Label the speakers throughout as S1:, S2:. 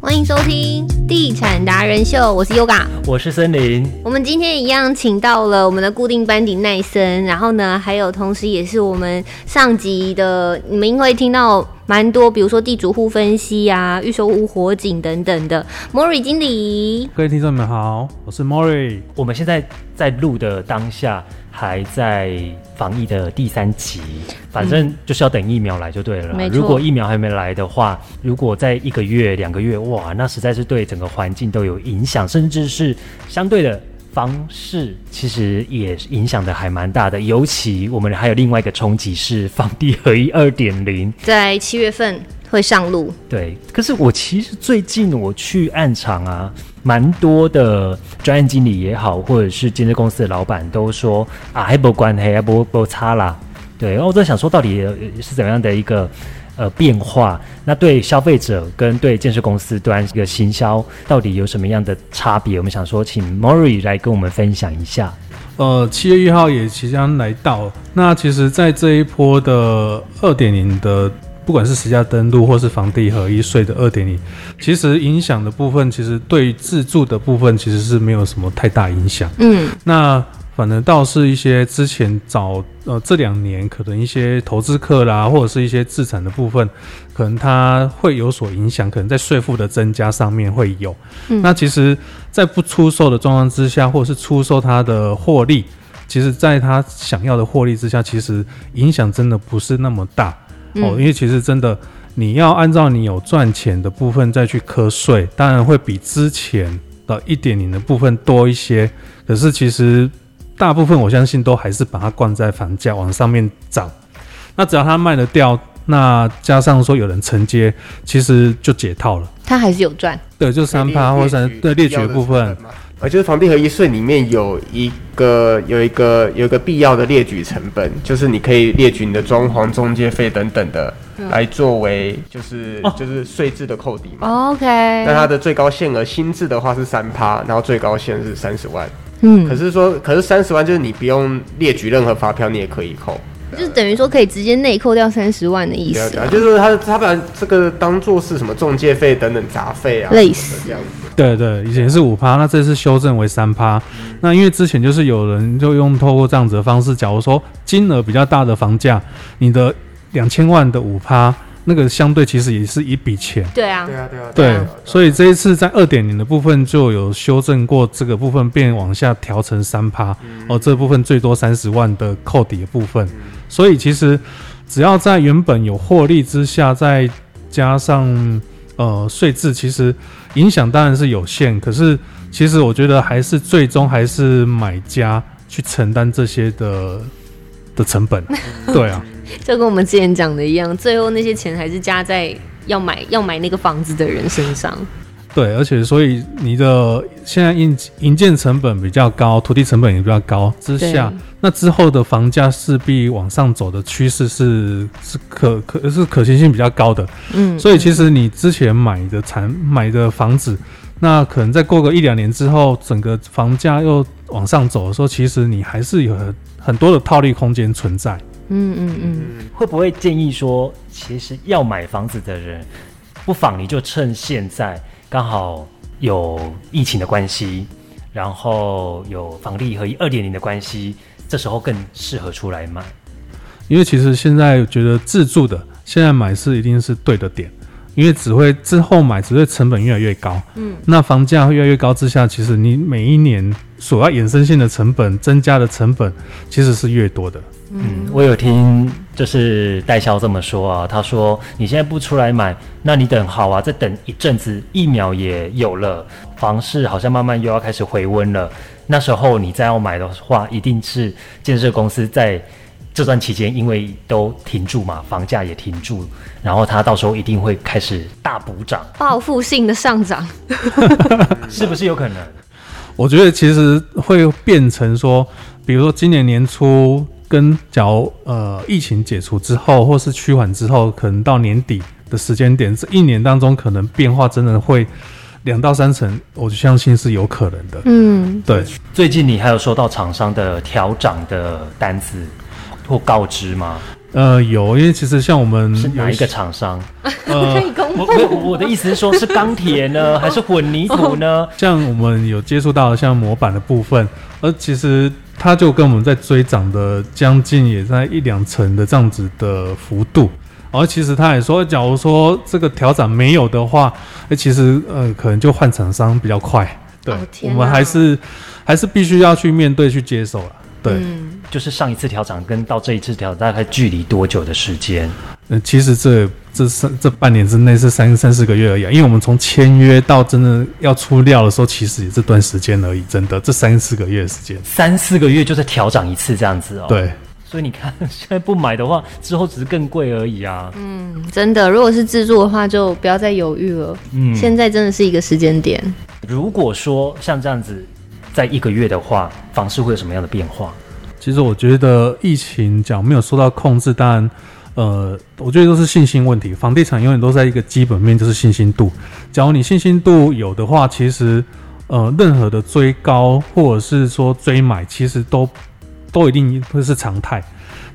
S1: 欢迎收听《地产达人秀》，我是 Yoga。
S2: 我是森林，
S1: 我们今天一样请到了我们的固定班底奈森，然后呢，还有同时也是我们上集的，你们应该听到蛮多，比如说地主户分析啊、预售屋火警等等的。莫瑞经理，
S3: 各位听众们好，我是 Mori。
S2: 我们现在在录的当下还在防疫的第三期，反正就是要等疫苗来就对了啦。
S1: 没错
S2: 如果疫苗还没来的话，如果在一个月、两个月，哇，那实在是对整个环境都有影响，甚至是相对的。房市其实也影响的还蛮大的，尤其我们还有另外一个冲击是房地合一二点零，
S1: 在七月份会上路，
S2: 对，可是我其实最近我去暗场啊，蛮多的专案经理也好，或者是建设公司的老板都说啊，还不关黑，还不不差啦。对，然后我在想说，到底呃是怎么样的一个呃变化？那对消费者跟对建设公司端这个行销到底有什么样的差别？我们想说，请 Mori 来跟我们分享一下。
S3: 呃，七月一号也即将来到。那其实，在这一波的二点零的，不管是实价登录或是房地合一税的二点零，其实影响的部分，其实对于自住的部分其实是没有什么太大影响。
S1: 嗯，
S3: 那反而倒是一些之前早呃这两年可能一些投资客啦，或者是一些资产的部分，可能它会有所影响，可能在税负的增加上面会有。
S1: 嗯
S3: 那其实，在不出售的状况之下，或者是出售它的获利，其实在它想要的获利之下，其实影响真的不是那么大、哦，因为其实真的。你要按照你有赚钱的部分再去课税，当然会比之前的一点零的部分多一些。可是其实大部分我相信都还是把它灌在房价往上面涨。那只要它卖得掉，那加上说有人承接，其实就解套了。
S1: 他还是有赚，
S3: 对，就三趴或三对列举的部分，，
S4: 呃，就是房地合一税里面有一个有一个有一个必要的列举成本，就是你可以列举你的装潢、中介费等等的，
S1: 啊
S4: 来作为就是、
S1: 哦
S4: 就是税制的扣抵嘛。
S1: OK，
S4: 那它的最高限额新制的话是三趴，然后最高限是三十万。
S1: 嗯
S4: 可，是说，可是三十万就是你不用列举任何发票，你也可以扣。
S1: 就等于说可以直接内扣掉三十万的意
S4: 对啊，
S1: 思
S4: 对啊，
S1: 啊，
S4: 就是说他他把这个当做是什么中介费等等杂费啊，
S1: 类似
S4: 这样子。
S3: 对对，嗯以前是五趴，那这次修正为三趴。那因为之前就是有人就用透过这样子的方式，假如说金额比较大的房价，你的两千万的五趴，那个相对其实也是一笔钱。
S1: 对啊
S4: 对，啊，对啊，
S3: 对，所
S4: 以
S3: 以这一次在二点零的部分就有修正过这个部分，变往下调成三趴、哦，这部分最多三十万的扣抵的部分。所以其实只要在原本有获利之下，再加上呃税制，其实影响当然是有限。可是其实我觉得还是最终还是买家去承担这些的的成本。对啊，
S1: 就跟我们之前讲的一样，最后那些钱还是加在要买要买那个房子的人身上。
S3: 对，而且所以你的现在营营建成本比较高，土地成本也比较高之下
S1: 对，
S3: 那之后的房价势必往上走的趋势是是可可是可行性比较高的。
S1: 嗯，
S3: 所以其实你之前买的产买的房子，那可能再过个一两年之后，整个房价又往上走的时候，其实你还是有很很多的套利空间存在。
S1: 嗯嗯嗯，
S2: 会不会建议说，其实要买房子的人，不妨你就趁现在刚好有疫情的关系，然后有房地合一二点零的关系，这时候更适合出来买。
S3: 因为其实现在觉得自住的现在买是一定是对的点，因为只会之后买只会成本越来越高，嗯，那房价越来越高之下，其实你每一年所要衍生性的成本增加的成本其实是越多的，
S2: 嗯，我有听就是代销这么说啊，他说你现在不出来买，那你等好啊，再等一阵子，疫苗也有了，房市好像慢慢又要开始回温了，那时候你再要买的话，一定是建设公司在这段期间，因为都停住嘛，房价也停住，然后它到时候一定会开始大补涨，
S1: 报复性的上涨，
S2: 是不是有可能？
S3: 我觉得其实会变成说，比如说今年年初跟假如呃疫情解除之后，或是趋缓之后，可能到年底的时间点，这一年当中可能变化真的会两到三成，我就相信是有可能的，
S1: 嗯，
S3: 对。
S2: 最近你还有收到厂商的调涨的单子或告知吗？
S3: 呃，有，因为其实像我们
S2: 是哪一个厂商？
S1: 可
S3: 呃，
S1: 以公
S2: 我
S1: 布。
S2: 我我的意思是说，是钢铁呢，还是混凝土呢？
S3: 像我们有接触到的像模板的部分，而其实它就跟我们在追涨的将近也在一两成的这样子的幅度。而其实他也说，假如说这个调涨没有的话，哎，其实呃，可能就换厂商比较快。对，
S1: 哦
S3: 我
S1: 天
S3: 们
S1: 哪
S3: 还是还是必须要去面对去接受了。对，
S1: 嗯，
S2: 就是上一次调涨跟到这一次调涨大概距离多久的时间？
S3: 呃，其实这这三这半年之内是三三四个月而已、啊，因为我们从签约到真的要出料的时候，其实也这段时间而已，真的这三四个月的时间。
S2: 三四个月就在调涨一次这样子哦。，
S3: 对，
S2: 所以你看现在不买的话，之后只是更贵而已啊。
S1: 真的，如果是自助的话，就不要再犹豫了。
S2: 嗯
S1: 现在真的是一个时间点。
S2: 如果说像这样子，在一个月的话，房市会有什么样的变化？
S3: 其实我觉得疫情讲没有受到控制，当然，呃，我觉得都是信心问题。房地产永远都在一个基本面，就是信心度。假如你信心度有的话，其实，呃，任何的追高或者是说追买，其实都都一定会是常态。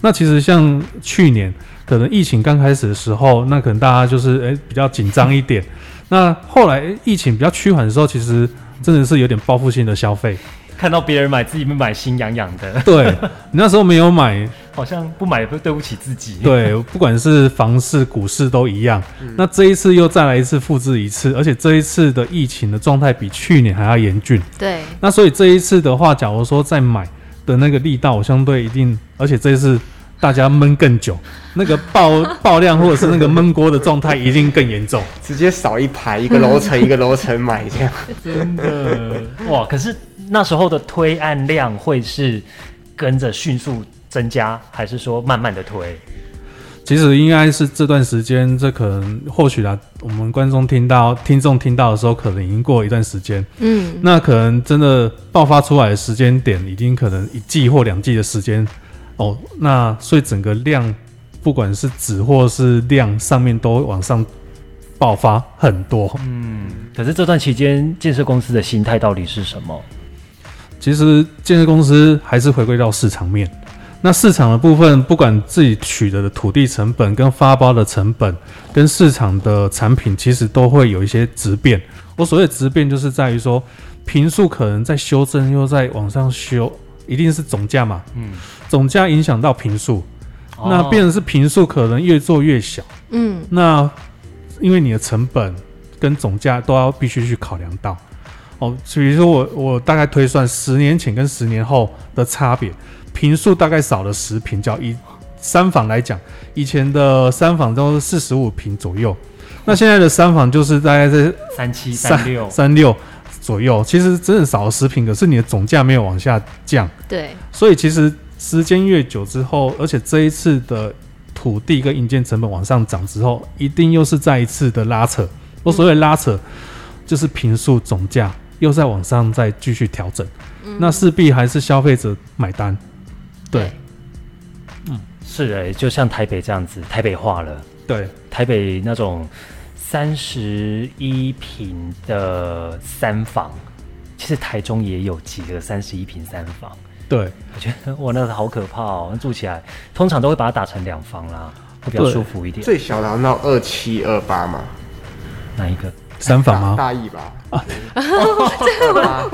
S3: 那其实像去年可能疫情刚开始的时候，那可能大家就是诶、比较紧张一点。那后来诶疫情比较趋缓的时候，其实真的是有点报复性的消费。
S2: 看到别人买，自己没买，心痒痒的，
S3: 对你那时候没有买，
S2: 好像不买也对不起自己。，
S3: 对，不管是房市、股市都一样。那这一次又再来一次复制一次，而且这一次的疫情的状态比去年还要严峻。
S1: 对，
S3: 那所以这一次的话，假如说再买的那个力道相对一定，而且这一次大家闷更久，那个爆爆量或者是那个闷锅的状态一定更严重。
S4: 直接扫一排，一个楼层一个楼层买这样。
S2: 真的 哇！可是那时候的推案量会是跟着迅速增加，还是说慢慢的推？
S3: 其实应该是这段时间，这可能或许啦，我们观众听到、听众听到的时候，可能已经过一段时间。
S1: 嗯，
S3: 那可能真的爆发出来的时间点，已经可能一季或两季的时间哦。那所以整个量，不管是值或是量上面都往上爆发很多。
S2: 可是这段期间，建设公司的心态到底是什么？
S3: 其实建设公司还是回归到市场面。那市场的部分，不管自己取得的土地成本、跟发包的成本、跟市场的产品，其实都会有一些质变。我所谓的质变，就是在于说，平数可能在修正，又在往上修，一定是总价嘛，
S2: 嗯，哦
S3: 总价影响到平数，哦那变成是平数可能越做越小。
S1: 嗯，
S3: 那因为你的成本跟总价都要必须去考量到。哦，比如说我我大概推算十年前跟十年后的差别，平数大概少了十平，较一三房来讲，以前的三房都是四十五平左右，那现在的三房就是大概在
S2: 三七三六，
S3: 三六左右，其实真的少了十平，可是你的总价没有往下降。
S1: 对，
S3: 所以其实时间越久之后，而且这一次的土地跟硬件成本往上涨之后，一定又是再一次的拉扯。我所谓拉扯，就是平数总价又在往上再继续调整，那势必还是消费者买单。对
S2: 是哎、就像台北这样子，台北化了。
S3: 对，
S2: 台北那种三十一平的三房，其实台中也有几个三十一平三房。
S3: 对，
S2: 我觉得哇，那个好可怕哦！住起来通常都会把它打成两房啦，会比较
S3: 对
S2: 舒服一点。
S4: 最小的好像到二七二八嘛，
S2: 哪一个？
S3: 三房吗？
S4: 大大一吧。啊，二八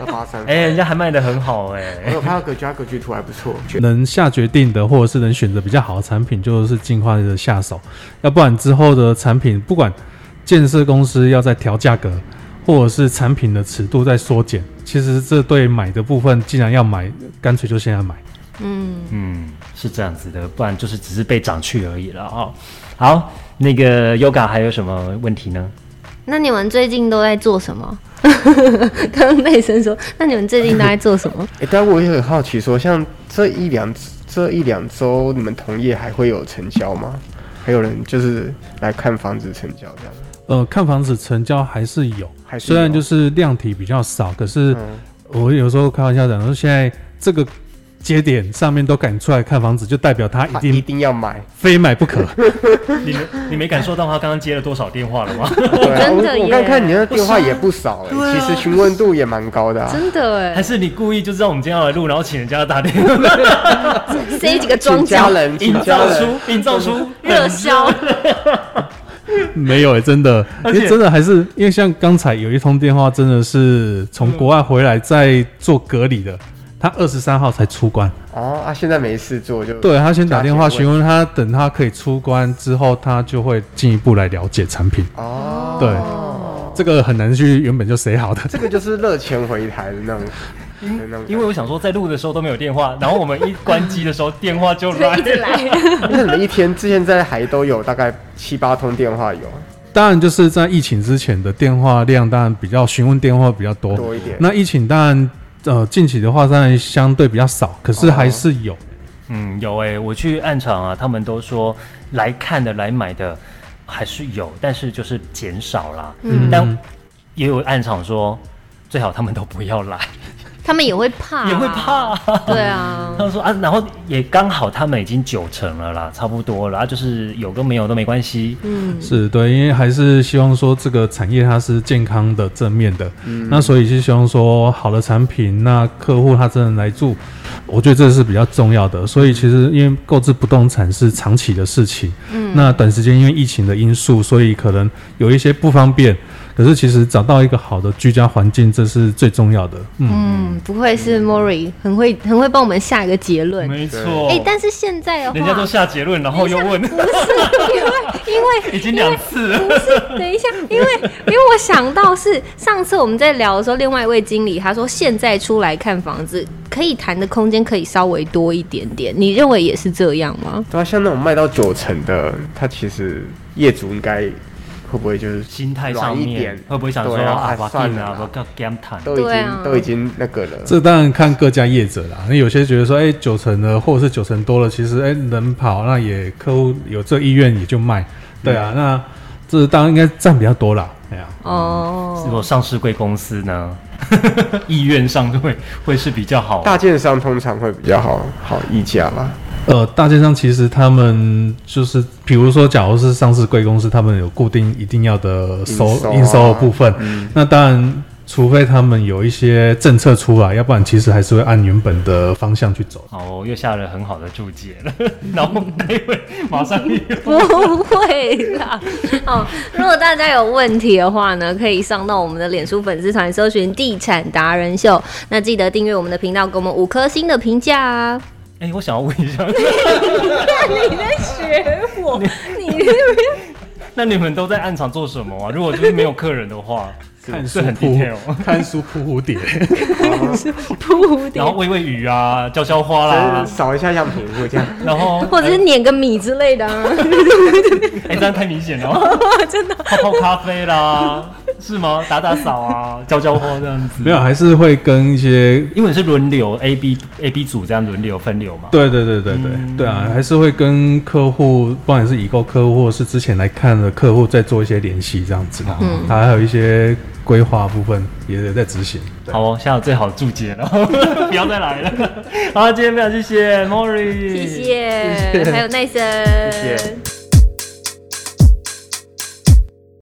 S4: 二八三。
S2: 哎、人家还卖的很好哎、
S4: 我有拍到格局，它格局图还不错。
S3: 能下决定的，或者是能选择比较好的产品，就是尽快的下手，要不然之后的产品，不管建设公司要再调价格，或者是产品的尺度在缩减，其实这对买的部分，既然要买，干脆就现在买。
S1: 嗯，
S2: 嗯，是这样子的，不然就是只是被涨去而已了哦。好，那个 Yoga 还有什么问题呢？
S1: 那你们最近都在做什么？ 刚刚内生说，那你们最近都在做什 么？
S4: 哎、但我也很好奇说像这一两这一两周，你们同业还会有成交吗？还有人就是来看房子成交这样？
S3: 呃，看房子成交还是有，
S4: 还是有
S3: 虽然就是量体比较少，可是
S4: 嗯，
S3: 我有时候开玩笑讲说，现在这个节点上面都赶出来看房子，就代表他一
S4: 他一
S3: 定
S4: 定要买。
S3: 非买不可。
S2: 你没你没感受到他刚刚接了多少电话了吗？
S4: 对啊，
S1: 真的
S4: 我我
S1: 耶
S4: 刚看你的电话也不少哎、
S2: 对啊
S4: 其实询问度也蛮高的、啊。
S1: 真的
S2: 还
S1: 哎，
S2: 是你故意就知道我们今天要来录，然后请人家打电 话，哎
S1: 塞几个
S4: 请
S1: 装
S4: 家
S1: 脚
S4: 人，
S2: 营
S4: 请家
S2: 造
S4: 人，
S2: 出营造出
S1: 热销，
S3: 没有哎、真的，
S2: 而
S3: 因
S2: 且
S3: 为真的还是因为像刚才有一通电话，真的是从国外回来在做隔离的，他二十三号才出关。
S4: 哦啊，现在没事做就
S3: 对他先打电话
S4: 加询
S3: 询问他，等他可以出关之后，他就会进一步来了解产品。
S4: 哦，
S3: 对，这个很难去原本就写好的。
S4: 这个就是热钱回台的那种，的那种
S2: 因为我想说，在录的时候都没有电话，然后我们一关机的时候，电话就
S1: 就
S2: 来
S1: 一直
S2: 了。
S1: 来，
S4: 那你们一天之前在海都有大概七八通电话有
S3: 当然就是在疫情之前的电话量，当然比较询问电话比较多。
S4: 多一点。
S3: 那疫情当然呃近期的话，当然相对比较少，可是还是有。
S2: 嗯，有诶、我去暗场啊，他们都说来看的、来买的还是有，但是就是减少啦。
S1: 嗯
S2: 但也有暗场说，最好他们都不要来，
S1: 他们也会怕，啊
S2: 也会，怕、
S1: 对啊
S2: 他，们说啊，然后也刚好他们已经九成了啦，差不多了，啊、就是有跟没有都没关系。
S1: 嗯，
S3: 是对，因为还是希望说这个产业它是健康的、正面的，那所以是希望说好的产品，那客户他真的来住，我觉得这是比较重要的。所以其实因为购置不动产是长期的事情，嗯，那短时间因为疫情的因素，所以可能有一些不方便，可是其实找到一个好的居家环境，这是最重要的。嗯，
S1: 嗯，不愧是 Mori，很会很会帮我们下一个结论。
S2: 没
S4: 错
S2: 错，
S1: 哎、但是现在的话，
S2: 人家都下结论，然后又 问，
S1: 不是因为因为
S2: 已经两次了。
S1: 不是，等一下，因为因为我想到是上次我们在聊的时候，另外一位经理他说，现在出来看房子，可以谈的空间可以稍微多一点点。你认为也是这样吗？
S4: 对啊，像那种卖到九成的，他其实业主应该会不会就是
S2: 心态上
S4: 软一
S2: 面
S4: 点
S2: 会不会想说
S4: 对啊
S2: 啊，
S4: 啊
S2: 我
S4: 算
S2: 进
S4: 了
S2: 啊，
S4: 啦
S2: 我够干谈。
S4: 都已经、
S1: 对啊
S4: 都已经那个了？
S3: 这当然看各家业者啦，那有些觉得说，哎，九成的或者是九成多了，其实哎能跑，那也客户有这意愿也就卖，对
S4: 嗯
S3: 啊，那这当然应该占比较多啦，哎呀、
S2: 如
S1: 哦，
S2: 果上市贵公司呢，意愿上就会会是比较好。
S4: 大建商通常会比较好好议价吧。
S3: 呃，大街上其实他们就是，比如说，假如是上市贵公司，他们有固定一定要的收
S4: 营收啊嗯
S3: 应收的部分，那当然。除非他们有一些政策出来，要不然其实还是会按原本的方向去走。
S2: 好，我又下了很好的注解了， 然后待会马上又
S1: 不会啦。哦，如果大家有问题的话呢，可以上到我们的脸书粉丝团搜寻“地产达人秀”，那记得订阅我们的频道，给我们五颗星的评价啊。
S2: 哎、我想要问一下，
S1: 你在学我，你那边
S2: 那你们都在暗场做什么啊？如果就是没有客人的话，
S3: 看书
S2: 这很
S3: 扑
S2: detail
S3: 看书扑蝴蝶，
S1: 铺
S2: 然
S1: 垫
S2: 后，喂喂鱼啊，浇浇花啦
S4: 就是，扫一下样品会这样。
S2: 然后
S1: 或者是碾个米之类的啊。
S2: 哎、这样太明显了，
S1: 真的，
S2: 泡泡咖啡啦，是吗？打打扫啊，浇浇花这样子。
S3: 没有，还是会跟一些
S2: 因为是轮流 A B A B 组这样轮流分流嘛。
S3: 对对对对对、对啊，还是会跟客户，不管是已购客户，或是之前来看的客户，再做一些联系这样子。嗯，还有一些规划部分也也在执行。
S2: 好、哦，下有最好的注解了， 不要再来了。好，今天非常谢谢 Mori，
S1: 谢谢，还有耐森，
S4: 谢谢